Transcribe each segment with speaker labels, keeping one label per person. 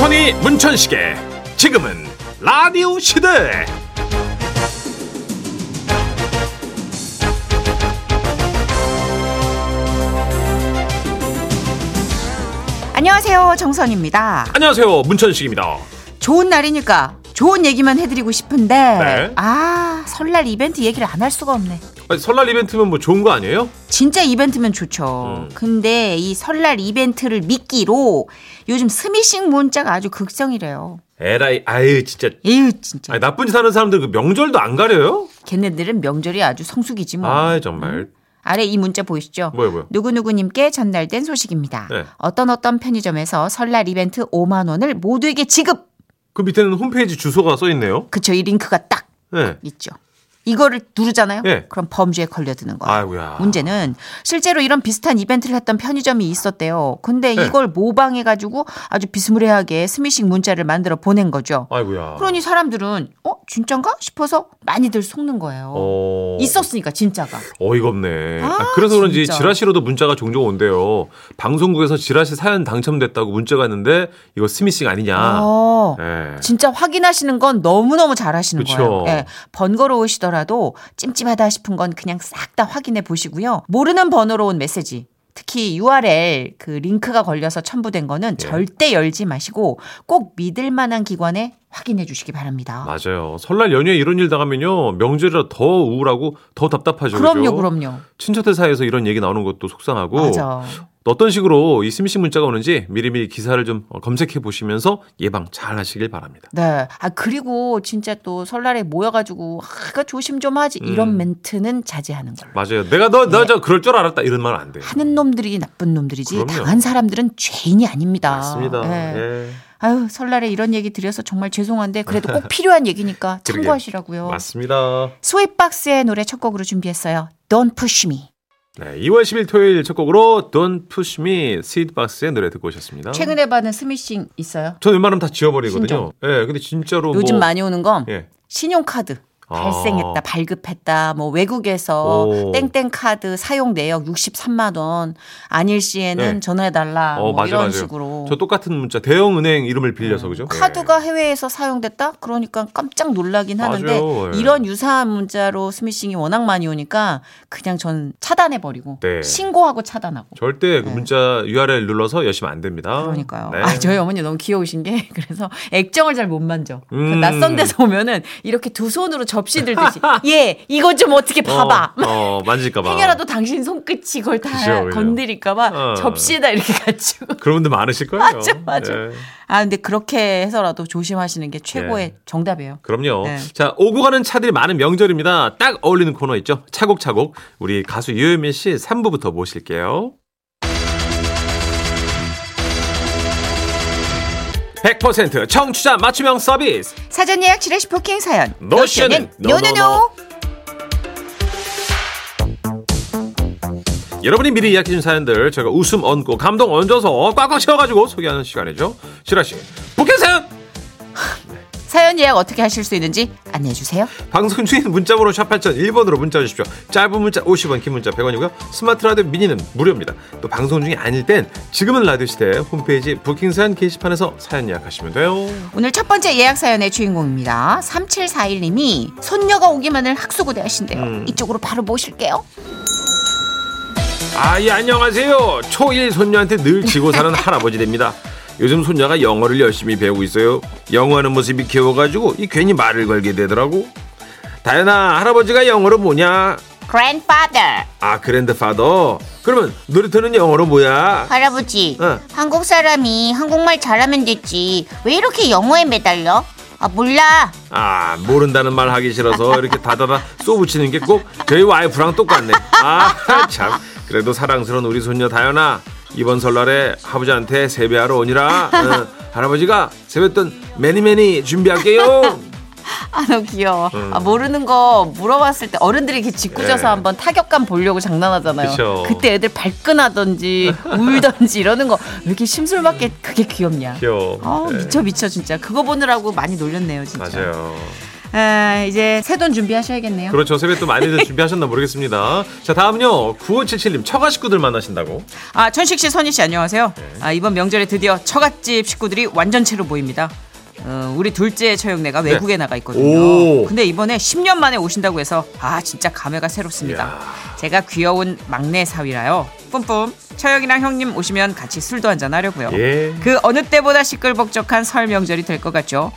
Speaker 1: 문이 문천식의 지금은 라디오 시대
Speaker 2: 안녕하세요 정선입니다.
Speaker 1: 안녕하세요 문천식입니다
Speaker 2: 좋은 날이니까 좋은 얘기만 해드리고 싶은데
Speaker 1: 네.
Speaker 2: 아 설날 이벤트 얘기를 안 할 수가 없네.
Speaker 1: 아니, 설날 이벤트면 뭐 좋은 거 아니에요?
Speaker 2: 진짜 이벤트면 좋죠.
Speaker 1: 음.
Speaker 2: 근데 이 설날 이벤트를 미끼로 요즘 스미싱 문자가 아주 극성이래요.
Speaker 1: 에라이 아유 진짜
Speaker 2: 에휴 진짜
Speaker 1: 아니, 나쁜 짓 하는 사람들 그 명절도 안 가려요?
Speaker 2: 걔네들은 명절이 아주 성숙이지 뭐.
Speaker 1: 아 정말
Speaker 2: 아래 이 문자 보이시죠?
Speaker 1: 뭐요 뭐요
Speaker 2: 누구누구님께 전달된 소식입니다.
Speaker 1: 네.
Speaker 2: 어떤 어떤 편의점에서 설날 이벤트 5만 원을 모두에게 지급.
Speaker 1: 그 밑에는 홈페이지 주소가 써있네요
Speaker 2: 그쵸 이 링크가 딱
Speaker 1: 네.
Speaker 2: 있죠. 이거를 누르잖아요.
Speaker 1: 예.
Speaker 2: 그럼 범죄에 걸려드는 거예요.
Speaker 1: 아이고야
Speaker 2: 문제는 실제로 이런 비슷한 이벤트를 했던 편의점이 있었대요. 근데
Speaker 1: 예.
Speaker 2: 이걸 모방해가지고 아주 비스무리하게 스미싱 문자를 만들어 보낸 거죠.
Speaker 1: 아이고야
Speaker 2: 그러니 사람들은 어 진짠가 싶어서 많이들 속는 거예요.
Speaker 1: 어...
Speaker 2: 있었으니까 진짜가.
Speaker 1: 어이가 없네. 아,
Speaker 2: 아,
Speaker 1: 그래서 그런지
Speaker 2: 진짜.
Speaker 1: 지라시로도 문자가 종종 온대요. 방송국에서 지라시 사연 당첨됐다고 문자가 왔는데 이거 스미싱 아니냐.
Speaker 2: 어.
Speaker 1: 네.
Speaker 2: 진짜 확인하시는 건 너무너무 잘하시는
Speaker 1: 그쵸.
Speaker 2: 거예요. 예. 번거로우시더라도 찜찜하다 싶은 건 그냥 싹 다 확인해 보시고요. 모르는 번호로 온 메시지. 특히 URL 그 링크가 걸려서 첨부된 거는
Speaker 1: 예.
Speaker 2: 절대 열지 마시고 꼭 믿을 만한 기관에 확인해 주시기 바랍니다.
Speaker 1: 맞아요. 설날 연휴에 이런 일 당하면요. 명절이라 더 우울하고 더 답답하죠.
Speaker 2: 그럼요,
Speaker 1: 그죠?
Speaker 2: 그럼요.
Speaker 1: 친척들 사이에서 이런 얘기 나오는 것도 속상하고
Speaker 2: 맞아.
Speaker 1: 어떤 식으로 이 스미싱 문자가 오는지 미리미리 기사를 좀 어, 검색해 보시면서 예방 잘 하시길 바랍니다.
Speaker 2: 네. 아, 그리고 진짜 또 설날에 모여가지고, 아, 그 조심 좀 하지. 이런
Speaker 1: 음.
Speaker 2: 멘트는 자제하는 걸로. 말로.
Speaker 1: 맞아요. 내가 너, 나
Speaker 2: 예.
Speaker 1: 저 그럴 줄 알았다. 이런 말 안 돼요.
Speaker 2: 하는 놈들이 나쁜 놈들이지,
Speaker 1: 그럼요.
Speaker 2: 당한 사람들은 죄인이 아닙니다.
Speaker 1: 맞습니다.
Speaker 2: 예.
Speaker 1: 예.
Speaker 2: 아유 설날에 이런 얘기 드려서 정말 죄송한데 그래도 꼭 필요한 얘기니까
Speaker 1: 그러게요.
Speaker 2: 참고하시라고요.
Speaker 1: 맞습니다.
Speaker 2: 스웨이박스의 노래 첫 곡으로 준비했어요. Don't push me.
Speaker 1: 네, 2월 10일 토요일 첫 곡으로 Don't Push Me 시드박스의 노래 듣고 오셨습니다.
Speaker 2: 최근에 받은 스미싱 있어요?
Speaker 1: 전 웬만하면 다 지워버리거든요.
Speaker 2: 신종.
Speaker 1: 예, 근데 진짜로
Speaker 2: 요즘
Speaker 1: 뭐,
Speaker 2: 많이 오는 건
Speaker 1: 예.
Speaker 2: 신용카드.
Speaker 1: 아.
Speaker 2: 발생했다, 발급했다, 뭐 외국에서
Speaker 1: 오.
Speaker 2: 땡땡 카드 사용 내역 63만 원 아닐 시에는
Speaker 1: 네.
Speaker 2: 전화해달라
Speaker 1: 어,
Speaker 2: 뭐
Speaker 1: 맞아,
Speaker 2: 이런
Speaker 1: 맞아요.
Speaker 2: 식으로
Speaker 1: 저 똑같은 문자 대형 은행 이름을 빌려서 그죠?
Speaker 2: 음. 카드가 해외에서 사용됐다? 그러니까 깜짝 놀라긴 하는데
Speaker 1: 맞아요. 예.
Speaker 2: 이런 유사한 문자로 스미싱이 워낙 많이 오니까 그냥 전 차단해 버리고
Speaker 1: 네.
Speaker 2: 신고하고 차단하고
Speaker 1: 예. 절대 그
Speaker 2: 네.
Speaker 1: 문자 URL 눌러서 여시면 안 됩니다.
Speaker 2: 그러니까요.
Speaker 1: 네.
Speaker 2: 아, 저희 어머니 너무 귀여우신 게 그래서 액정을 잘 못 만져. 그
Speaker 1: 음.
Speaker 2: 낯선 데서 오면은 이렇게 두 손으로 접시 들듯이 예 이거 좀 어떻게 봐봐.
Speaker 1: 어, 어, 만질까봐.
Speaker 2: 행여라도 당신 손끝이 이걸 다
Speaker 1: 그죠, 그죠.
Speaker 2: 건드릴까봐
Speaker 1: 어.
Speaker 2: 접시에다 이렇게 갖추고.
Speaker 1: 그런 분들 많으실 거예요.
Speaker 2: 맞아, 맞아.
Speaker 1: 예.
Speaker 2: 아, 근데 그렇게 해서라도 조심하시는 게 최고의
Speaker 1: 예.
Speaker 2: 정답이에요.
Speaker 1: 그럼요.
Speaker 2: 네.
Speaker 1: 자, 오고 가는 차들이 많은 명절입니다. 딱 어울리는 코너 있죠? 차곡차곡. 우리 가수 유혜민 씨 3부부터 모실게요. 100% 청취자 맞춤형 서비스.
Speaker 2: 사전 예약 지레시 포킹 사연.
Speaker 1: 노션은
Speaker 2: 노노노.
Speaker 1: 여러분이 미리 이야기해준 사연들 저희가 웃음 얹고 감동 얹어서 꽉꽉 채워가지고 소개하는 시간이죠. 실화 씨, 복행 사연!
Speaker 2: 사연 예약 어떻게 하실 수 있는지 안내해 주세요.
Speaker 1: 방송 중인 문자번호 샵 8001번으로 문자 주십시오. 짧은 문자 50원, 긴 문자 100원이고요. 스마트 라디오 미니는 무료입니다. 또 방송 중이 아닐 땐 지금은 라디오 시대 홈페이지 부킹 사연 게시판에서 사연 예약하시면 돼요.
Speaker 2: 오늘 첫 번째 예약 사연의 주인공입니다. 3741님이 손녀가 오기만을 학수고대 하신대요. 이쪽으로 바로 모실게요.
Speaker 1: 아, 예, 안녕하세요. 초일 손녀한테 늘 지고 사는 할아버지 됩니다. 요즘 손녀가 영어를 열심히 배우고 있어요. 영어하는 모습이 귀여워가지고 이 괜히 말을 걸게 되더라고. 다현아, 할아버지가 영어로 뭐냐?
Speaker 2: Grandfather,
Speaker 1: 아, 그랜드파더. 그러면 놀이터는 영어로 뭐야?
Speaker 2: 할아버지.
Speaker 1: 어.
Speaker 2: 한국 사람이 한국말 잘하면 됐지. 왜 이렇게 영어에 매달려? 아, 몰라.
Speaker 1: 아 모른다는 말 하기 싫어서 이렇게 다다다 쏘붙이는 게 꼭 저희 와이프랑 똑같네 아 참 그래도 사랑스러운 우리 손녀 다현아 이번 설날에 할아버지한테 세배하러 오니라 어, 할아버지가 세뱃돈 매니매니 준비할게요
Speaker 2: 아, 너무 귀여워.
Speaker 1: 음.
Speaker 2: 아, 모르는 거 물어봤을 때 어른들이 이렇게 짓궂어서
Speaker 1: 예.
Speaker 2: 한번 타격감 보려고
Speaker 1: 그쵸.
Speaker 2: 장난하잖아요. 그때 애들 발끈하던지 울던지 이러는 거 왜 이렇게 심술맞게 그게
Speaker 1: 음.
Speaker 2: 귀엽냐. 아,
Speaker 1: 귀여워
Speaker 2: 어, 미쳐 미쳐 진짜. 그거 보느라고 많이 놀렸네요, 진짜.
Speaker 1: 맞아요
Speaker 3: 아, 이제 새 돈 준비하셔야겠네요.
Speaker 1: 그렇죠. 세뱃돈 많이들 준비하셨나 모르겠습니다. 자, 다음요. 9577님, 처가 식구들 만나신다고.
Speaker 3: 아, 천식 씨, 선희 씨 안녕하세요.
Speaker 1: 네.
Speaker 3: 아, 이번 명절에 드디어 처갓집 식구들이 완전체로 보입니다. 어, 우리 둘째 처형네가 외국에 나가 있거든요.
Speaker 1: 오.
Speaker 3: 근데 이번에 10년 만에 오신다고 해서 아 진짜 감회가 새롭습니다. 제가 귀여운 막내 사위라요. 뿜뿜 처형이랑 형님 오시면 같이 술도 한잔 하려고요.
Speaker 1: 예.
Speaker 3: 그 어느 때보다 시끌벅적한 설 명절이 될 것 같죠.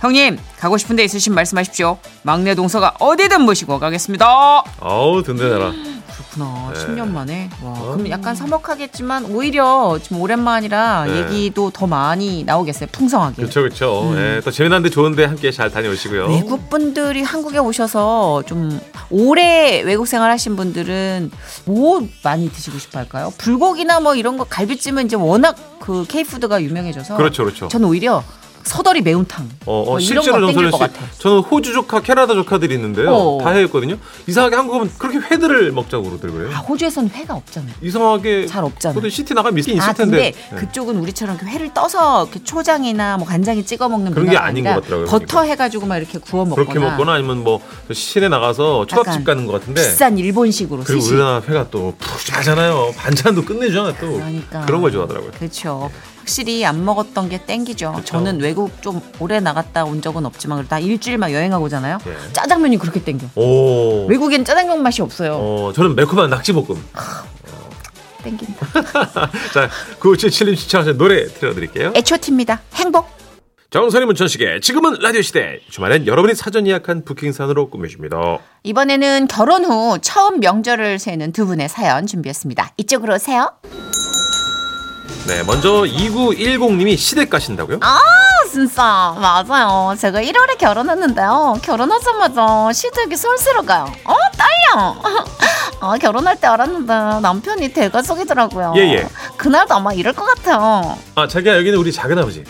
Speaker 3: 형님 가고 싶은 데 있으신 말씀하십시오. 막내 동서가 어디든 모시고 가겠습니다.
Speaker 1: 어우, 든든해라.
Speaker 3: 그렇구나.
Speaker 1: 네.
Speaker 3: 10년 만에. 와,
Speaker 1: 어.
Speaker 3: 그럼 약간 서먹하겠지만 오히려 지금 오랜만이라
Speaker 1: 네.
Speaker 3: 얘기도 더 많이 나오겠어요. 풍성하게.
Speaker 1: 그렇죠, 그렇죠. 예, 또 재미난데 좋은데 함께 잘 다녀오시고요.
Speaker 3: 외국 분들이 한국에 오셔서 좀 오래 외국 생활하신 분들은 뭐 많이 드시고 싶어 할까요? 불고기나 뭐 이런 거 갈비찜은 이제 워낙 그 케이푸드가 유명해져서
Speaker 1: 그렇죠, 그렇죠.
Speaker 3: 전 오히려 서더리 매운탕
Speaker 1: 어, 어,
Speaker 3: 뭐 이런
Speaker 1: 실제로
Speaker 3: 거
Speaker 1: 정선우
Speaker 3: 땡길
Speaker 1: 씨,
Speaker 3: 것 같아.
Speaker 1: 저는 호주 조카, 캐나다 조카들이 있는데요.
Speaker 3: 어.
Speaker 1: 다 해였거든요. 이상하게 한국 오면 그렇게 회들을 먹자고 그러더라고요.
Speaker 3: 아, 호주에선 회가 없잖아요.
Speaker 1: 이상하게
Speaker 3: 잘 없잖아요.
Speaker 1: 저도 시티 나가면 있긴
Speaker 3: 아
Speaker 1: 있을
Speaker 3: 근데
Speaker 1: 텐데. 예.
Speaker 3: 그쪽은 우리처럼 이렇게 회를 떠서 이렇게 초장이나 뭐 간장에 찍어 먹는
Speaker 1: 그런 게
Speaker 3: 문화가
Speaker 1: 아닌
Speaker 3: 아니라
Speaker 1: 것 같더라고요,
Speaker 3: 버터
Speaker 1: 보니까.
Speaker 3: 해가지고 막 이렇게 구워 먹거나
Speaker 1: 그렇게 먹거나 아니면 뭐 시내 나가서
Speaker 3: 약간
Speaker 1: 초밥집 가는 것 같은데.
Speaker 3: 비싼 일본식으로
Speaker 1: 그리고
Speaker 3: 스시
Speaker 1: 우리나라 회가 또 푸짐하잖아요. 반찬도 끝내주잖아 또.
Speaker 3: 그러니까.
Speaker 1: 런걸 좋아하더라고요.
Speaker 3: 그렇죠. 확실히 안 먹었던 게 땡기죠.
Speaker 1: 그쵸.
Speaker 3: 저는 외국 좀 오래 나갔다 온 적은 없지만 그래도 한 일주일 만 여행하고 오잖아요.
Speaker 1: 예.
Speaker 3: 짜장면이 그렇게 땡겨.
Speaker 1: 오.
Speaker 3: 외국엔 짜장면 맛이 없어요.
Speaker 1: 어, 저는 매콤한 낙지볶음.
Speaker 3: 아, 땡긴다.
Speaker 1: 자, 9577님 추천하신 노래 들려드릴게요.
Speaker 3: 애초티입니다. 행복.
Speaker 1: 정선이 문천식의 지금은 라디오 시대. 주말엔 여러분이 사전 예약한 부킹산으로 꾸며줍니다.
Speaker 3: 이번에는 결혼 후 처음 명절을 새는 두
Speaker 2: 네,
Speaker 3: 분의 사연 준비했습니다. 이쪽으로 오세요.
Speaker 1: 네, 먼저 2910님이 시댁 가신다고요?
Speaker 3: 아. 진짜 맞아요. 제가 1월에 결혼했는데요. 결혼하자마자 시댁이 솔스로 가요. 어 딸려. 아 결혼할 때 알았는데 남편이 대가족이더라고요.
Speaker 1: 예, 예.
Speaker 3: 그날도 아마 이럴 것 같아요.
Speaker 1: 아, 자기야 여기는 우리 작은 아버지.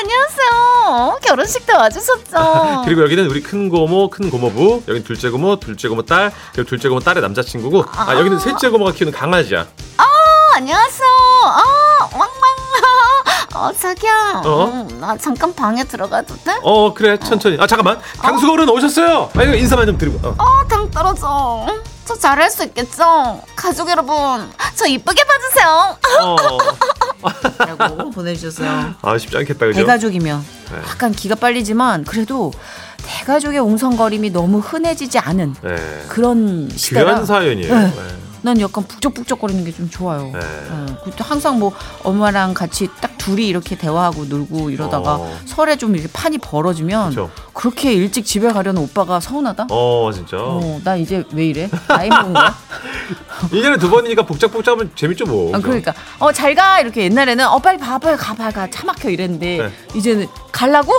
Speaker 3: 안녕하세요. 결혼식 때 와주셨죠.
Speaker 1: 그리고 여기는 우리 큰 고모, 큰 고모부. 여긴 둘째 고모, 둘째 고모 딸. 그리고 둘째 고모 딸의 남자친구고. 아, 여기는 셋째 고모가 키우는 강아지야.
Speaker 3: 아, 안녕하세요. 아 왕왕. 어 자기야.
Speaker 1: 어?
Speaker 3: 음, 나 잠깐 방에 들어가도 돼?
Speaker 1: 어, 그래 천천히. 아 잠깐만. 당수거른 오셨어요. 아 이거 인사만 좀 드리고. 어.
Speaker 3: 어, 당 떨어져. 음, 저 잘할 수 있겠죠? 가족 여러분, 저 이쁘게 봐주세요. 아,
Speaker 1: 어.
Speaker 3: 라고 보내주셨어요.
Speaker 1: 아 쉽지 않겠다 그죠?
Speaker 3: 대가족이면
Speaker 1: 네.
Speaker 3: 약간 기가 빨리지만 그래도 대가족의 웅성거림이 너무 흔해지지 않은
Speaker 1: 네.
Speaker 3: 그런 시대라
Speaker 1: 귀한 사연이에요.
Speaker 3: 네.
Speaker 1: 네.
Speaker 3: 난 약간 북적북적거리는 게 좀 좋아요.
Speaker 1: 네.
Speaker 3: 어, 그것도 항상 뭐 엄마랑 같이 딱 둘이 이렇게 대화하고 놀고 이러다가
Speaker 1: 어.
Speaker 3: 설에 좀 이렇게 판이 벌어지면
Speaker 1: 그쵸.
Speaker 3: 그렇게 일찍 집에 가려는 오빠가 서운하다. 어.
Speaker 1: 어 진짜.
Speaker 3: 나 이제 왜 이래? 나이 먹은 거야?
Speaker 1: 일년에두 번이니까 복잡복잡하면 재밌죠 뭐.
Speaker 3: 아,
Speaker 1: 그죠?
Speaker 3: 그러니까 어 잘 가 이렇게 옛날에는 어 빨리 봐 빨리 가 빨리 가차 막혀 이랬는데
Speaker 1: 네.
Speaker 3: 이제는 갈라고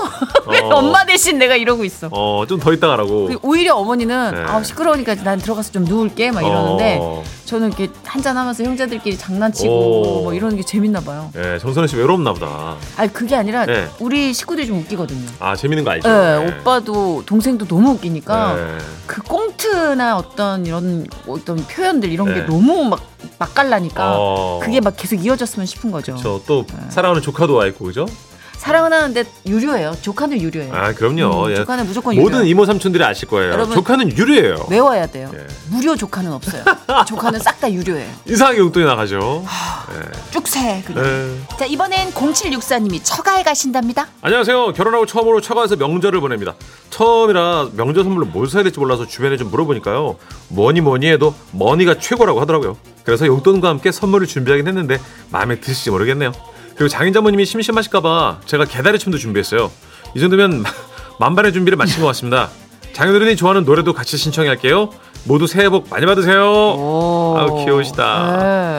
Speaker 3: 왜
Speaker 1: 어.
Speaker 3: 엄마 대신 내가 이러고 있어.
Speaker 1: 어, 좀 더 있다 가라고.
Speaker 3: 그리고 오히려 어머니는
Speaker 1: 네.
Speaker 3: 아 시끄러우니까 난 들어가서 좀 누울게 막 이러는데
Speaker 1: 어.
Speaker 3: 저는 이렇게 한잔 하면서 형제들끼리 장난치고
Speaker 1: 오.
Speaker 3: 뭐 이러는 게 재밌나 봐요.
Speaker 1: 예, 정선우 씨 외롭나 보다.
Speaker 3: 아니 그게 아니라
Speaker 1: 네.
Speaker 3: 우리 식구들이 좀 웃기거든요.
Speaker 1: 아, 재밌는 거 알죠?
Speaker 3: 예,
Speaker 1: 예.
Speaker 3: 오빠도 동생도 너무 웃기니까
Speaker 1: 예.
Speaker 3: 그 꽁트나 어떤 이런 뭐 어떤 표현들 이런 게
Speaker 1: 네.
Speaker 3: 너무 막 맛깔나니까
Speaker 1: 어.
Speaker 3: 그게 막 계속 이어졌으면 싶은 거죠.
Speaker 1: 저또 사랑하는 조카도 와 있고 그죠?
Speaker 3: 사랑은 하는데 유료예요. 조카는 유료예요.
Speaker 1: 아, 그럼요.
Speaker 3: 음,
Speaker 1: 예.
Speaker 3: 조카는 무조건 유료.
Speaker 1: 모든 이모 삼촌들이 아실 거예요.
Speaker 3: 여러분- 네.
Speaker 1: 조카는 유리예요.
Speaker 3: 외워야 돼요.
Speaker 1: 예.
Speaker 3: 무료 조카는 없어요. 조카는 싹 다 유료예요.
Speaker 1: 이상하게 용돈이 나가죠.
Speaker 3: 쭉세 그냥.
Speaker 1: 예.
Speaker 3: 자 이번엔 0764님이 처가에 가신답니다.
Speaker 1: 안녕하세요. 결혼하고 처음으로 처가에서 명절을 보냅니다. 처음이라 명절 선물로 뭘 사야 될지 몰라서 주변에 좀 물어보니까요. 뭐니 뭐니 해도 머니가 최고라고 하더라고요. 그래서 용돈과 함께 선물을 준비하긴 했는데 마음에 드실지 모르겠네요. 그리고 장인장모님이 심심하실까봐 제가 개다리춤도 준비했어요. 이 정도면 만반의 준비를 마친 것 같습니다. 장인어른이 좋아하는 노래도 같이 신청할게요. 모두 새해 복 많이 받으세요.
Speaker 3: 오, 네.
Speaker 1: 아우, 귀여우시다.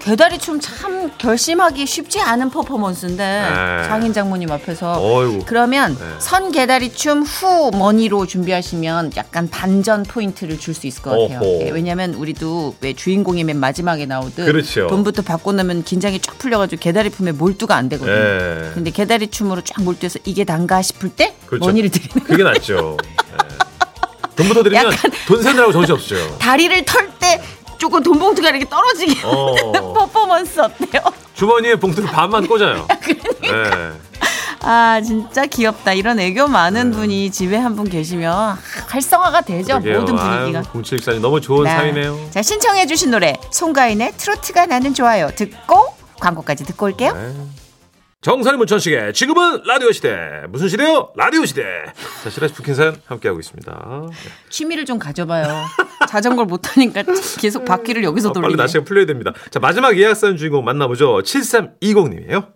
Speaker 3: 개다리 춤 참 결심하기 쉽지 않은 퍼포먼스인데
Speaker 1: 네.
Speaker 3: 장인 장모님 앞에서
Speaker 1: 어이구.
Speaker 3: 그러면
Speaker 1: 네.
Speaker 3: 선 개다리 춤 후 머니로 준비하시면 약간 반전 포인트를 줄 수 있을 것 같아요.
Speaker 1: 어허.
Speaker 3: 예, 왜냐하면 우리도 왜 주인공이 맨 마지막에 나오듯
Speaker 1: 그렇죠.
Speaker 3: 돈부터 받고 나면 긴장이 쫙 풀려가지고 개다리 품에 몰두가 안 되거든요.
Speaker 1: 예.
Speaker 3: 근데 개다리 춤으로 쫙 몰두해서 이게 단가 싶을 때
Speaker 1: 그렇죠.
Speaker 3: 머니를 드리는
Speaker 1: 그게 낫죠. 예. 돈부터 드리면 돈 세느라고 정신 없죠.
Speaker 3: 다리를 털 때 조금 돈봉투가 이렇게 떨어지게
Speaker 1: 어.
Speaker 3: 하는 퍼포먼스 어때요? 그러니까.
Speaker 1: 주머니에 봉투를 반만 꽂아요. 예.
Speaker 3: 아 진짜 귀엽다. 이런 애교 많은
Speaker 1: 네.
Speaker 3: 분이 집에 한 분 계시면 활성화가 되죠. 모든 분위기가.
Speaker 1: 0764님 너무 좋은
Speaker 3: 네.
Speaker 1: 사이네요.
Speaker 3: 자 신청해 주신 노래 송가인의 트로트가 나는 좋아요 듣고 광고까지 듣고 올게요.
Speaker 1: 네. 정선이 문천식의 지금은 라디오 시대 무슨 시대요? 라디오 시대. 자 실내 부킹산 함께하고 있습니다. 네.
Speaker 3: 취미를 좀 가져봐요. 자전거를 못하니까 계속 바퀴를 여기서
Speaker 1: 아,
Speaker 3: 돌리네.
Speaker 1: 빨리 날씨가 풀려야 됩니다. 자 마지막 예약선 주인공 만나보죠. 7320님이에요.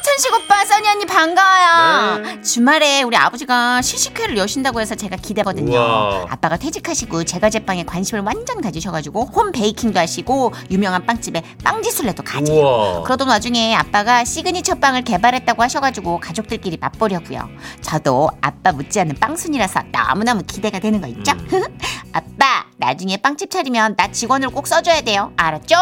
Speaker 3: 천식 오빠, 써니 언니 반가워요.
Speaker 1: 네.
Speaker 3: 주말에 우리 아버지가 시식회를 여신다고 해서 제가 기대거든요.
Speaker 1: 우와.
Speaker 3: 아빠가 퇴직하시고 제과 제빵에 관심을 완전 가지셔가지고 홈 베이킹도 하시고 유명한 빵집에 빵지술래도 가지.
Speaker 1: 우와.
Speaker 3: 그러던 와중에 아빠가 시그니처 빵을 개발했다고 하셔가지고 가족들끼리 맛보려고요. 저도 아빠 못지않은 빵순이라서 너무너무 기대가 되는 거 있죠?
Speaker 1: 음.
Speaker 3: 아빠 나중에 빵집 차리면 나 직원을 꼭 써줘야 돼요. 알았죠?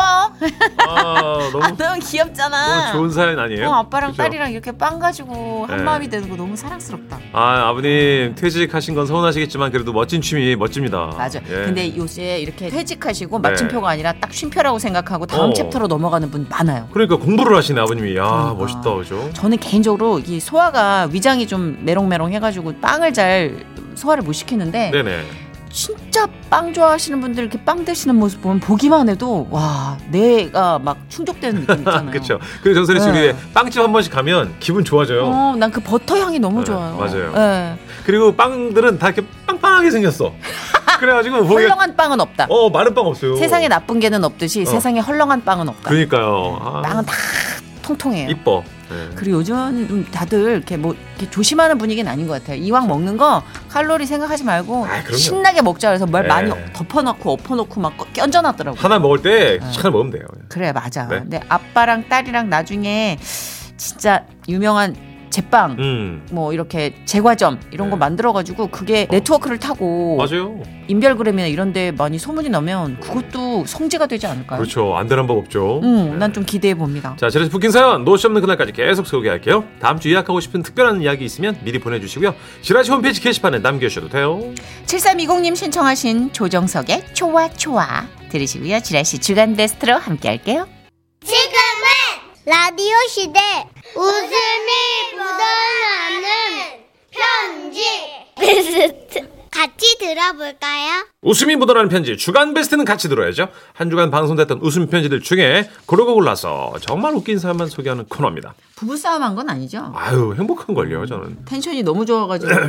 Speaker 1: 아, 너무,
Speaker 3: 너무 귀엽잖아.
Speaker 1: 너무 좋은 사연 아니에요?
Speaker 3: 어, 아빠랑
Speaker 1: 예? 그죠?
Speaker 3: 딸이랑 이렇게 빵 가지고 한
Speaker 1: 네.
Speaker 3: 마음이 되는 거 너무 사랑스럽다.
Speaker 1: 아 아버님 퇴직하신 건 서운하시겠지만 그래도 멋진 취미 멋집니다.
Speaker 3: 맞아. 요
Speaker 1: 예.
Speaker 3: 근데 요새 이렇게 퇴직하시고
Speaker 1: 네.
Speaker 3: 마침표가 아니라 딱 쉼표라고 생각하고 다음
Speaker 1: 어.
Speaker 3: 챕터로 넘어가는 분 많아요.
Speaker 1: 그러니까 공부를 하시네 아버님이. 야
Speaker 3: 그러니까.
Speaker 1: 멋있다 그죠?
Speaker 3: 저는 개인적으로 이 소화가 위장이 좀 메롱메롱 해가지고 빵을 잘 소화를 못 시키는데
Speaker 1: 네네.
Speaker 3: 진짜 빵 좋아하시는 분들 이렇게 빵 드시는 모습 보면 보기만 해도 와 내가 막 충족되는 느낌 있잖아요.
Speaker 1: 그렇죠. 그리고 정선이 씨
Speaker 3: 네.
Speaker 1: 우리 빵집 한 번씩 가면 기분 좋아져요.
Speaker 3: 어, 난 그 버터 향이 너무
Speaker 1: 네,
Speaker 3: 좋아요.
Speaker 1: 맞아요.
Speaker 3: 네.
Speaker 1: 그리고 빵들은 다 이렇게 빵빵하게 생겼어. 그래가지고 보기가
Speaker 3: 훌륭한 빵은 없다.
Speaker 1: 어 마른 빵 없어요.
Speaker 3: 세상에 나쁜 게는 없듯이 세상에 헐렁한 빵은 없다.
Speaker 1: 그러니까요. 아,
Speaker 3: 빵은 다 통통해요.
Speaker 1: 이뻐. 네.
Speaker 3: 그리고 요즘은 좀 다들 이렇게 뭐 이렇게 조심하는 분위기는 아닌 것 같아요. 이왕 먹는 거 칼로리 생각하지 말고
Speaker 1: 아, 그럼요.
Speaker 3: 신나게 먹자 그래서 뭘
Speaker 1: 네.
Speaker 3: 많이 덮어놓고 엎어놓고 막 껴- 껴얹어놨더라고요.
Speaker 1: 하나 먹을 때
Speaker 3: 네.
Speaker 1: 하나 먹으면 돼요.
Speaker 3: 그래 맞아.
Speaker 1: 네.
Speaker 3: 근데 아빠랑 딸이랑 나중에 진짜 유명한 제빵
Speaker 1: 음
Speaker 3: 뭐 이렇게 제과점 이런 거
Speaker 1: 네.
Speaker 3: 만들어가지고 그게 네트워크를 타고
Speaker 1: 맞아요.
Speaker 3: 네. 인별그램이나 이런데 많이 소문이 나면 그것도 성지가 되지 않을까요?
Speaker 1: 그렇죠. 안 되는 법 없죠. 네.
Speaker 3: 음난 좀 기대해 봅니다.
Speaker 1: 자, 지레스 부킹 사연 노시 없는 그날까지 계속 소개할게요. 다음 주 예약하고 싶은 특별한 이야기 있으면 미리 보내주시고요. 지라시 홈페이지 게시판에 남겨주셔도 돼요.
Speaker 3: 7320님 신청하신 조정석의 초와 초와 들으시고요. 지라시 주간 베스트로 함께 할게요.
Speaker 4: 지금은 라디오 시대 웃음이 묻어나는 편지 베스트 같이 들어볼까요?
Speaker 1: 웃음이 묻어나는 편지 주간 베스트는 같이 들어야죠. 한 주간 방송됐던 웃음 편지들 중에 고르고 골라서 정말 웃긴 사연만 소개하는 코너입니다.
Speaker 3: 부부싸움 한 건 아니죠?
Speaker 1: 아유 행복한 걸요 저는.
Speaker 3: 텐션이 너무 좋아가지고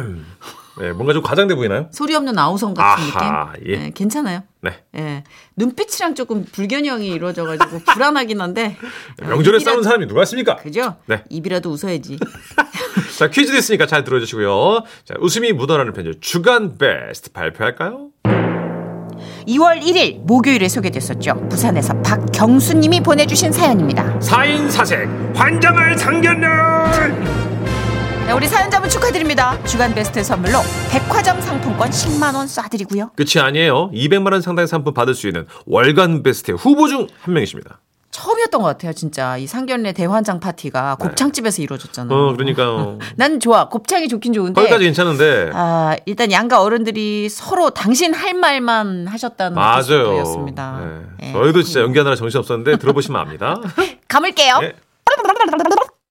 Speaker 1: 네, 뭔가 좀 과장돼 보이나요?
Speaker 3: 소리 없는 아우성 같은
Speaker 1: 아하,
Speaker 3: 느낌?
Speaker 1: 예.
Speaker 3: 네, 괜찮아요.
Speaker 1: 네.
Speaker 3: 예. 눈빛이랑 조금 불균형이 이루어져가지고 불안하긴 한데
Speaker 1: 명절에
Speaker 3: 입이라도-
Speaker 1: 싸우는 사람이 누가 있습니까?
Speaker 3: 그죠?
Speaker 1: 네.
Speaker 3: 입이라도 웃어야지.
Speaker 1: 자 퀴즈 됐으니까 잘 들어주시고요. 자 웃음이 묻어나는 편지 주간 베스트 발표할까요?
Speaker 3: 2월 1일 목요일에 소개됐었죠. 부산에서 박경수님이 보내주신 사연입니다.
Speaker 1: 4인 사색 환장을 상견례
Speaker 3: 네, 우리 사연자분 축하드립니다. 주간 베스트 선물로 백화점 상품권 10만 원 쏴드리고요.
Speaker 1: 끝이 아니에요. 200만 원 상당의 상품 받을 수 있는 월간 베스트 후보 중 한 명이십니다.
Speaker 3: 처음이었던 것 같아요, 진짜. 이 상견례 대환장 파티가 곱창집에서 이루어졌잖아요.
Speaker 1: 네. 어, 그러니까요.
Speaker 3: 난 좋아. 곱창이 좋긴 좋은데.
Speaker 1: 거기까지 괜찮은데
Speaker 3: 아, 일단 양가 어른들이 서로 당신 할 말만 하셨다는
Speaker 1: 맞아요.
Speaker 3: 것이었습니다. 예.
Speaker 1: 네. 저희도 진짜 연기하느라 정신 없었는데 들어보시면 압니다.
Speaker 3: 감을게요.
Speaker 1: 네.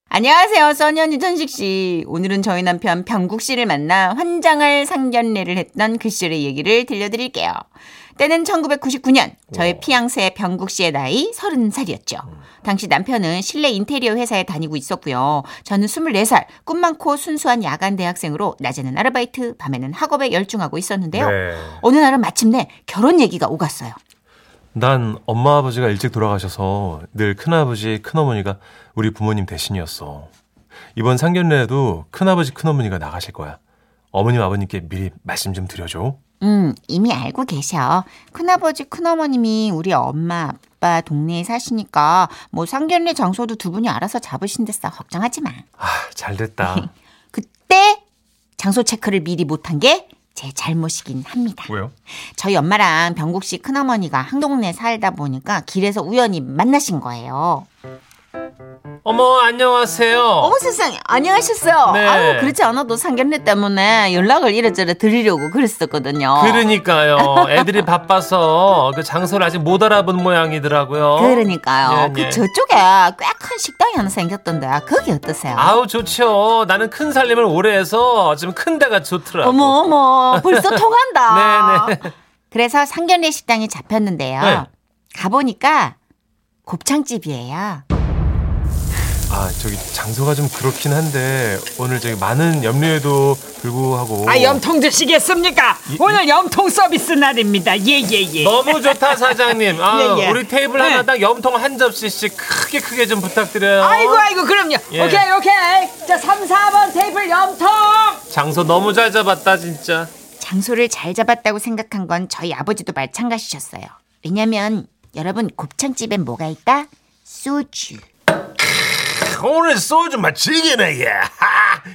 Speaker 3: 안녕하세요, 써니 언니 천식 씨. 오늘은 저희 남편 병국 씨를 만나 환장할 상견례를 했던 그 시절의 얘기를 들려드릴게요. 때는 1999년 저의 피양새 병국 씨의 나이 30살이었죠. 당시 남편은 실내 인테리어 회사에 다니고 있었고요. 저는 24살 꿈 많고 순수한 야간 대학생으로 낮에는 아르바이트 밤에는 학업에 열중하고 있었는데요.
Speaker 1: 네.
Speaker 3: 어느 날은 마침내 결혼 얘기가 오갔어요.
Speaker 2: 난 엄마 아버지가 일찍 돌아가셔서 늘 큰아버지 큰어머니가 우리 부모님 대신이었어. 이번 상견례에도 큰아버지 큰어머니가 나가실 거야. 어머님 아버님께 미리 말씀 좀 드려줘.
Speaker 3: 음, 이미 알고 계셔. 큰아버지, 큰어머님이 우리 엄마, 아빠 동네에 사시니까 뭐 상견례 장소도 두 분이 알아서 잡으신댔어. 걱정하지 마.
Speaker 2: 아, 잘 됐다.
Speaker 3: 그때 장소 체크를 미리 못한 게 제 잘못이긴 합니다.
Speaker 2: 왜요?
Speaker 3: 저희 엄마랑 병국 씨 큰어머니가 한 동네 살다 보니까 길에서 우연히 만나신 거예요.
Speaker 1: 어머 안녕하세요.
Speaker 3: 어머 세상에 안녕하셨어요.
Speaker 1: 네.
Speaker 3: 아유 그렇지 않아도 상견례 때문에 연락을 이래저래 드리려고 그랬었거든요.
Speaker 1: 그러니까요. 애들이 바빠서 그 장소를 아직 못 알아본
Speaker 5: 어?
Speaker 1: 모양이더라고요.
Speaker 3: 그러니까요.
Speaker 1: 예,
Speaker 3: 그
Speaker 1: 예.
Speaker 3: 저쪽에 꽤 큰 식당이 하나 생겼던데 아, 거기 어떠세요?
Speaker 1: 아우 좋죠. 나는 큰 살림을 오래 해서 좀 큰 데가 좋더라고.
Speaker 3: 어머 어머 벌써 통한다.
Speaker 1: 네, 네네.
Speaker 3: 그래서 상견례 식당이
Speaker 5: 아.
Speaker 3: 잡혔는데요.
Speaker 1: 네.
Speaker 3: 가보니까 곱창집이에요.
Speaker 1: 아 저기 장소가 좀 그렇긴 한데 오늘 저기 많은 염려에도 불구하고
Speaker 5: 아 염통 드시겠습니까?
Speaker 1: 예.
Speaker 5: 오늘 염통 서비스 날입니다. 예예예.
Speaker 1: 너무 좋다 사장님. 아,
Speaker 5: 예, 예.
Speaker 1: 우리 테이블
Speaker 5: 네.
Speaker 1: 하나당 염통 한 접시씩 크게 크게 좀 부탁드려요.
Speaker 5: 아이고 아이고 그럼요.
Speaker 1: 예.
Speaker 5: 오케이 오케이. 자 3, 4번 테이블 염통.
Speaker 1: 장소 너무 잘 잡았다 진짜.
Speaker 3: 장소를 잘 잡았다고 생각한 건 저희 아버지도 마찬가지셨어요. 왜냐면 여러분 곱창집엔 뭐가 있다? 소주.
Speaker 1: 오늘 소주 마치기네 예. 하!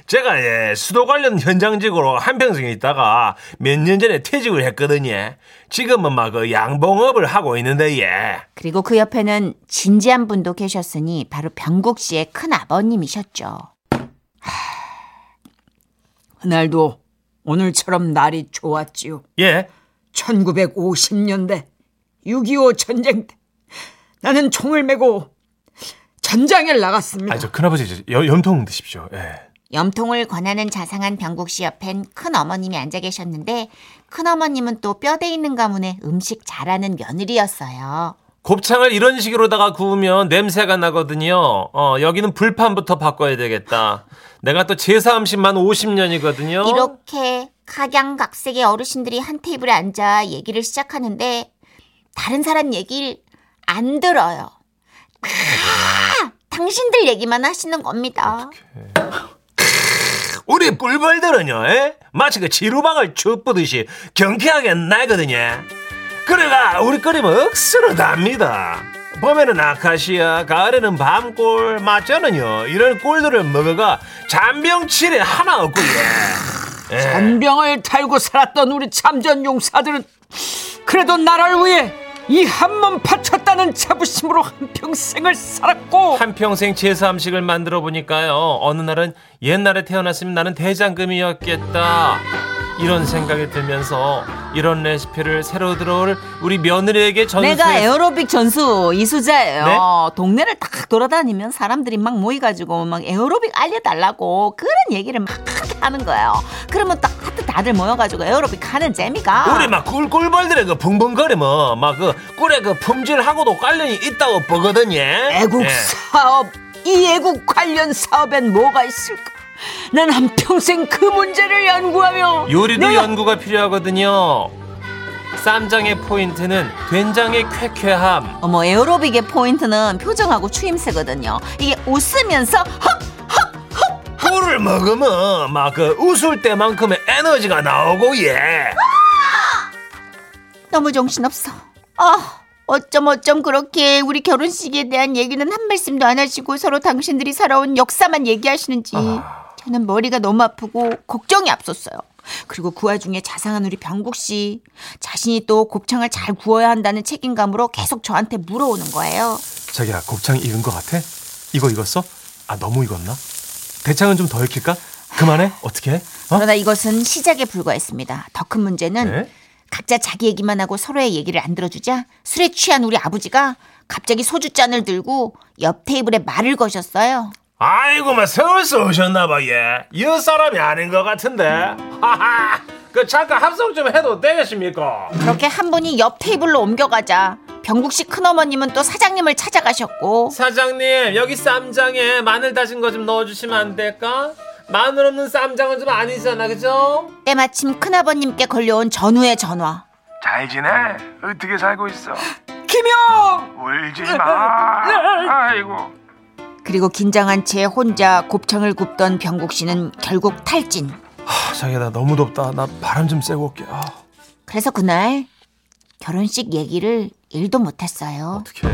Speaker 1: 제가 예, 수도 관련 현장직으로 한평생에 있다가 몇 년 전에 퇴직을 했거든요. 예. 지금은 막 그 양봉업을 하고 있는데 예.
Speaker 3: 그리고 그 옆에는 진지한 분도 계셨으니 바로 병국 씨의 큰 아버님이셨죠.
Speaker 5: 아, 그날도 오늘처럼 날이 좋았지요.
Speaker 1: 예.
Speaker 5: 1950년대 6.25 전쟁 때 나는 총을 메고 전장에 나갔습니다.
Speaker 1: 아 저 큰아버지 저 염, 통 드십시오. 예.
Speaker 3: 염통을 권하는 자상한 병국 씨 옆엔 큰 어머님이 앉아 계셨는데 큰 어머님은 또 뼈대 있는 가문의 음식 잘하는 며느리였어요.
Speaker 1: 곱창을 이런 식으로다가 구우면 냄새가 나거든요. 어, 여기는 불판부터 바꿔야 되겠다. 내가 또 제사 음식만 50년이거든요.
Speaker 3: 이렇게 각양각색의 어르신들이 한 테이블에 앉아 얘기를 시작하는데 다른 사람 얘기를 안 들어요. 아, 당신들 얘기만 하시는 겁니다.
Speaker 1: 우리 꿀벌들은요, 예? 마치 그 지루방을 춥듯이 경쾌하게 날거든요. 그래가 우리 끓이면 억수로 납니다. 봄에는 아카시아, 가을에는 밤꿀, 맞저는요 이런 꿀들을 먹어가 잔병치레 하나 없고요.
Speaker 5: 잔병을 탈고 살았던 우리 참전 용사들은 그래도 나라를 위해 이 한 몸 바쳤다는 자부심으로 한 평생을 살았고
Speaker 1: 한 평생 제사 음식을 만들어 보니까요. 어느 날은 옛날에 태어났으면 나는 대장금이었겠다. 이런 생각이 들면서 이런 레시피를 새로 들어올 우리 며느리에게 전수해
Speaker 3: 내가 에어로빅 전수 이수자예요.
Speaker 1: 네?
Speaker 3: 동네를 딱 돌아다니면 사람들이 막 모여가지고 막 에어로빅 알려달라고 그런 얘기를 막 하는 거예요. 그러면 딱 다들 모여가지고 에어로빅 하는 재미가
Speaker 1: 우리 막 꿀꿀벌들의 그 붕붕거리면 막그 꿀의 그 품질하고도 관련이 있다고 보거든요.
Speaker 5: 애국
Speaker 1: 예.
Speaker 5: 사업 이 애국 관련 사업엔 뭐가 있을까? 난 한 평생 그 문제를 연구하며
Speaker 1: 요리도
Speaker 5: 내가
Speaker 1: 연구가 필요하거든요. 쌈장의 포인트는 된장의 쾌쾌함.
Speaker 3: 어머 에어로빅의 포인트는 표정하고 추임새거든요. 이게 웃으면서 헉
Speaker 1: 꿀을 먹으면 막 그 웃을 때만큼의 에너지가 나오고 예.
Speaker 3: 너무 정신없어. 아 어쩜 어쩜 그렇게 우리 결혼식에 대한 얘기는 한 말씀도 안 하시고 서로 당신들이 살아온 역사만 얘기하시는지
Speaker 1: 아.
Speaker 3: 저는 머리가 너무 아프고 걱정이 앞섰어요. 그리고 그 와중에 자상한 우리 병국 씨 자신이 또 곱창을 잘 구워야 한다는 책임감으로 계속 저한테 물어오는 거예요.
Speaker 1: 자기야 곱창 익은 것 같아? 이거 익었어? 아 너무 익었나? 대창은 좀 더 익힐까? 그만해? 어떻게 해?
Speaker 3: 그러나 이것은 시작에 불과했습니다. 더 큰 문제는
Speaker 1: 네?
Speaker 3: 각자 자기 얘기만 하고 서로의 얘기를 안 들어주자 술에 취한 우리 아버지가 갑자기 소주 잔을 들고 옆 테이블에 말을 거셨어요.
Speaker 1: 아이고, 막 서울서 오셨나봐, 얘. 이 사람이 아닌 것 같은데. 하하! 그, 잠깐 합성 좀 해도 되겠습니까?
Speaker 3: 그렇게 한 분이 옆 테이블로 옮겨가자 병국 씨 큰어머님은 또 사장님을 찾아가셨고
Speaker 1: 사장님, 여기 쌈장에 마늘 다진 거 좀 넣어주시면 안 될까? 마늘 없는 쌈장은 좀 아니잖아, 그죠?
Speaker 3: 때마침 큰아버님께 걸려온 전우의 전화.
Speaker 6: 잘 지내? 어떻게 살고 있어?
Speaker 5: 김영
Speaker 6: 울지 마. 아이고.
Speaker 3: 그리고 긴장한 채 혼자 곱창을 굽던 병국 씨는 결국 탈진.
Speaker 1: 아, 자기야, 나 너무 덥다. 나 바람 좀 쐬고 올게. 아,
Speaker 3: 그래서 그날 결혼식 얘기를 일도 못했어요.
Speaker 1: 어떡해.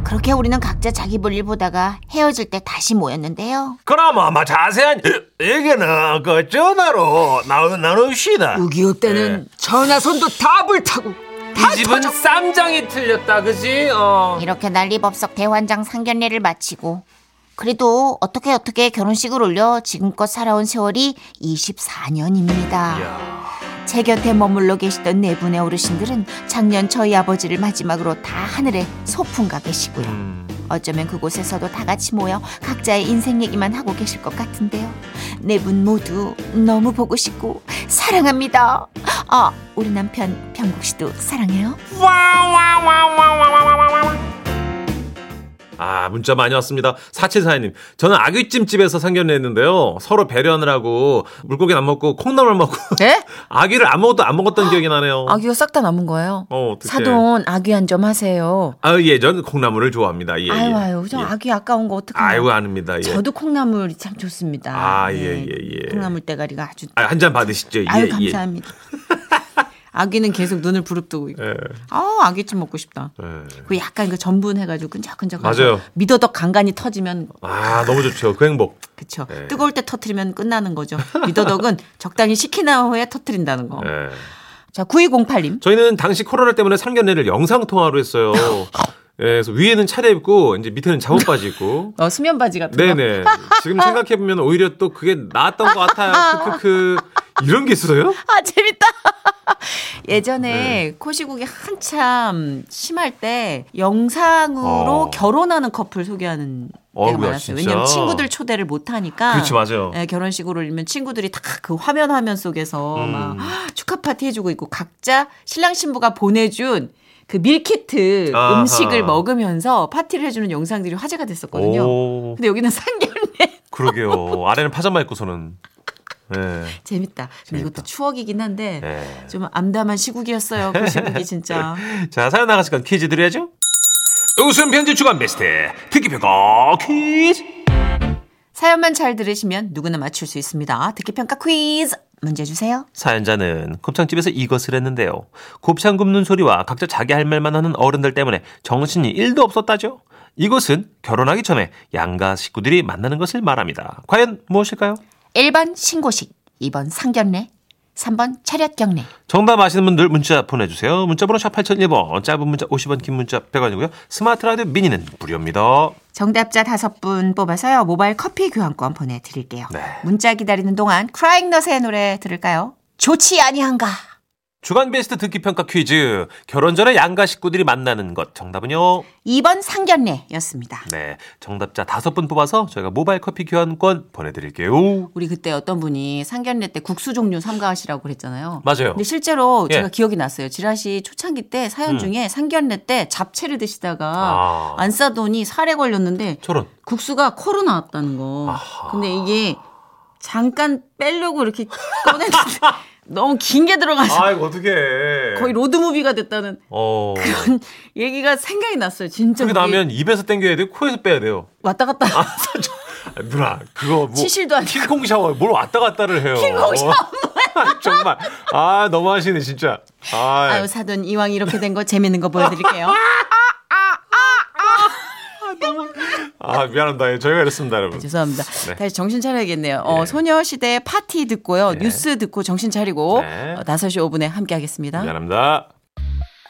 Speaker 3: 그렇게 우리는 각자 자기 볼 일 보다가 헤어질 때 다시 모였는데요.
Speaker 1: 그럼 아마 자세한 얘기는 그 전화로 나누, 나눕시다.
Speaker 5: 6.25 때는
Speaker 1: 네.
Speaker 5: 전화선도 다 불타고
Speaker 1: 이 집은 쌈장이 틀렸다, 그지? 어.
Speaker 3: 이렇게 난리법석 대환장 상견례를 마치고 그래도 어떻게 어떻게 결혼식을 올려 지금껏 살아온 세월이 24년입니다. 제 곁에 머물러 계시던 네 분의 어르신들은 작년 저희 아버지를 마지막으로 다 하늘에 소풍 가 계시고요.
Speaker 2: 음,
Speaker 3: 어쩌면 그곳에서도 다 같이 모여 각자의 인생 얘기만 하고 계실 것 같은데요. 네 분 모두 너무 보고 싶고 사랑합니다. 아, 우리 남편 병국 씨도 사랑해요.
Speaker 1: 아, 문자 많이 왔습니다. 사채사님. 저는 아귀찜집에서 상견례 했는데요. 서로 배려하느라고 물고기는 안 먹고 콩나물 먹고
Speaker 3: 네?
Speaker 1: 아귀를 아무것도 안 먹었던 기억이 나네요.
Speaker 3: 아귀가 싹 다 남은 거예요.
Speaker 1: 어, 어떡해.
Speaker 3: 사돈 아귀 한 점 하세요.
Speaker 1: 아, 예, 전 콩나물을 좋아합니다. 예, 예.
Speaker 3: 아유 아유 저
Speaker 1: 예.
Speaker 3: 아귀 아까운 거 어떡해요.
Speaker 1: 아이고, 아닙니다. 예.
Speaker 3: 저도 콩나물이 참 좋습니다. 네.
Speaker 1: 아, 예, 예, 예.
Speaker 3: 콩나물 대가리가 아주
Speaker 1: 아, 한 잔 받으시죠. 예,
Speaker 3: 아유
Speaker 1: 예.
Speaker 3: 감사합니다. 아귀는 계속 눈을 부릅뜨고 있고.
Speaker 1: 예,
Speaker 3: 아, 아귀찜 먹고 싶다.
Speaker 1: 예.
Speaker 3: 그 약간 그 전분 해가지고 끈적끈적.
Speaker 1: 맞아요.
Speaker 3: 미더덕 간간이 터지면
Speaker 1: 아, 너무 좋죠. 그 행복.
Speaker 3: 그쵸.
Speaker 1: 네.
Speaker 3: 뜨거울 때 터트리면 끝나는 거죠. 미더덕은 적당히 식힌 후에 터트린다는 거.
Speaker 1: 예.
Speaker 3: 자, 9208님.
Speaker 1: 저희는 당시 코로나 때문에 상견례를 영상통화로 했어요. 예, 그래서 위에는 차려입고, 이제 밑에는 잠옷 바지 입고.
Speaker 3: 어, 수면 바지 같은 거.
Speaker 1: 네네. 지금 생각해보면 오히려 또 그게 나았던 것 같아요. 크크크. 이런 게 있어요?
Speaker 3: 아, 재밌다. 예전에
Speaker 1: 네.
Speaker 3: 코시국이 한참 심할 때 영상으로
Speaker 1: 어.
Speaker 3: 결혼하는 커플 소개하는 때가
Speaker 1: 어이구야,
Speaker 3: 많았어요.
Speaker 1: 진짜.
Speaker 3: 왜냐면 친구들 초대를 못 하니까.
Speaker 1: 그렇지, 맞아요.
Speaker 3: 예, 결혼식으로 일면 친구들이 다 그 화면 화면 속에서
Speaker 1: 음.
Speaker 3: 막 축하 파티 해주고 있고 각자 신랑 신부가 보내준 그 밀키트
Speaker 1: 아하.
Speaker 3: 음식을 먹으면서 파티를 해주는 영상들이 화제가 됐었거든요.
Speaker 1: 오,
Speaker 3: 근데 여기는 상견례
Speaker 1: 그러게요. 아래는 파자마 입고서는. 예.
Speaker 3: 재밌다. 근데
Speaker 1: 재밌다.
Speaker 3: 이것도 추억이긴 한데
Speaker 1: 예.
Speaker 3: 좀 암담한 시국이었어요. 그 시국이 진짜.
Speaker 1: 자, 사연 나가실 건 퀴즈 드려야죠? 웃음 편지 주간 베스트. 특기평가 퀴즈.
Speaker 3: 사연만 잘 들으시면 누구나 맞출 수 있습니다. 듣기 평가 퀴즈 문제 주세요.
Speaker 1: 사연자는 곱창집에서 이것을 했는데요. 곱창 굽는 소리와 각자 자기 할 말만 하는 어른들 때문에 정신이 1도 없었다죠. 이것은 결혼하기 전에 양가 식구들이 만나는 것을 말합니다. 과연 무엇일까요?
Speaker 3: 1번 신고식, 2번 상견례, 3번 차렷 경례.
Speaker 1: 정답 아시는 분들 문자 보내주세요. 문자번호 샵 8001번, 짧은 문자 50원, 긴 문자 100원이고요. 스마트 라디오 미니는 무료입니다.
Speaker 3: 정답자 5분 뽑아서요. 모바일 커피 교환권 보내 드릴게요.
Speaker 1: 네.
Speaker 3: 문자 기다리는 동안 크라잉넛의 노래 들을까요? 좋지 아니한가?
Speaker 1: 주간 베스트 듣기 평가 퀴즈. 결혼 전에 양가 식구들이 만나는 것. 정답은요.
Speaker 3: 2번 상견례였습니다.
Speaker 1: 네. 정답자 5분 뽑아서 저희가 모바일 커피 교환권 보내드릴게요.
Speaker 3: 우리 그때 어떤 분이 상견례 때 국수 종류 삼가하시라고 그랬잖아요.
Speaker 1: 맞아요.
Speaker 3: 근데 실제로
Speaker 1: 예. 음.
Speaker 3: 제가 기억이 났어요. 지라시 초창기 때 사연 중에 상견례 때 잡채를 드시다가
Speaker 1: 아.
Speaker 3: 안 싸더니 살에 걸렸는데
Speaker 1: 저런.
Speaker 3: 국수가 코로 나왔다는 거.
Speaker 1: 아하.
Speaker 3: 근데 이게 잠깐 빼려고 이렇게 꺼냈는데 너무 긴 게 들어가서
Speaker 1: 아이고, 어떡해.
Speaker 3: 거의 로드무비가 됐다는
Speaker 1: 어.
Speaker 3: 얘기가 생각이 났어요. 진짜
Speaker 1: 그게
Speaker 3: 그게
Speaker 1: 나면 입에서 당겨야 돼요? 코에서 빼야 돼요?
Speaker 3: 왔다 갔다
Speaker 1: 아, 누나, 그거 뭐.
Speaker 3: 치실도 아니고.
Speaker 1: 킹콩 샤워, 뭘 왔다 갔다를 해요. 킹콩 샤워. 정말. 아, 너무하시네, 진짜. 아,
Speaker 3: 아유 사돈 이왕 이렇게 된 거 재밌는 거 보여드릴게요.
Speaker 1: 아, 미안합니다. 예, 저희가 이랬습니다, 여러분.
Speaker 3: 죄송합니다.
Speaker 1: 네.
Speaker 3: 다시 정신 차려야겠네요. 어,
Speaker 1: 예.
Speaker 3: 소녀시대 파티 듣고요. 뉴스 듣고 정신 차리고
Speaker 1: 네.
Speaker 3: 어, 5시 5분에 함께 하겠습니다.
Speaker 1: 미안합니다.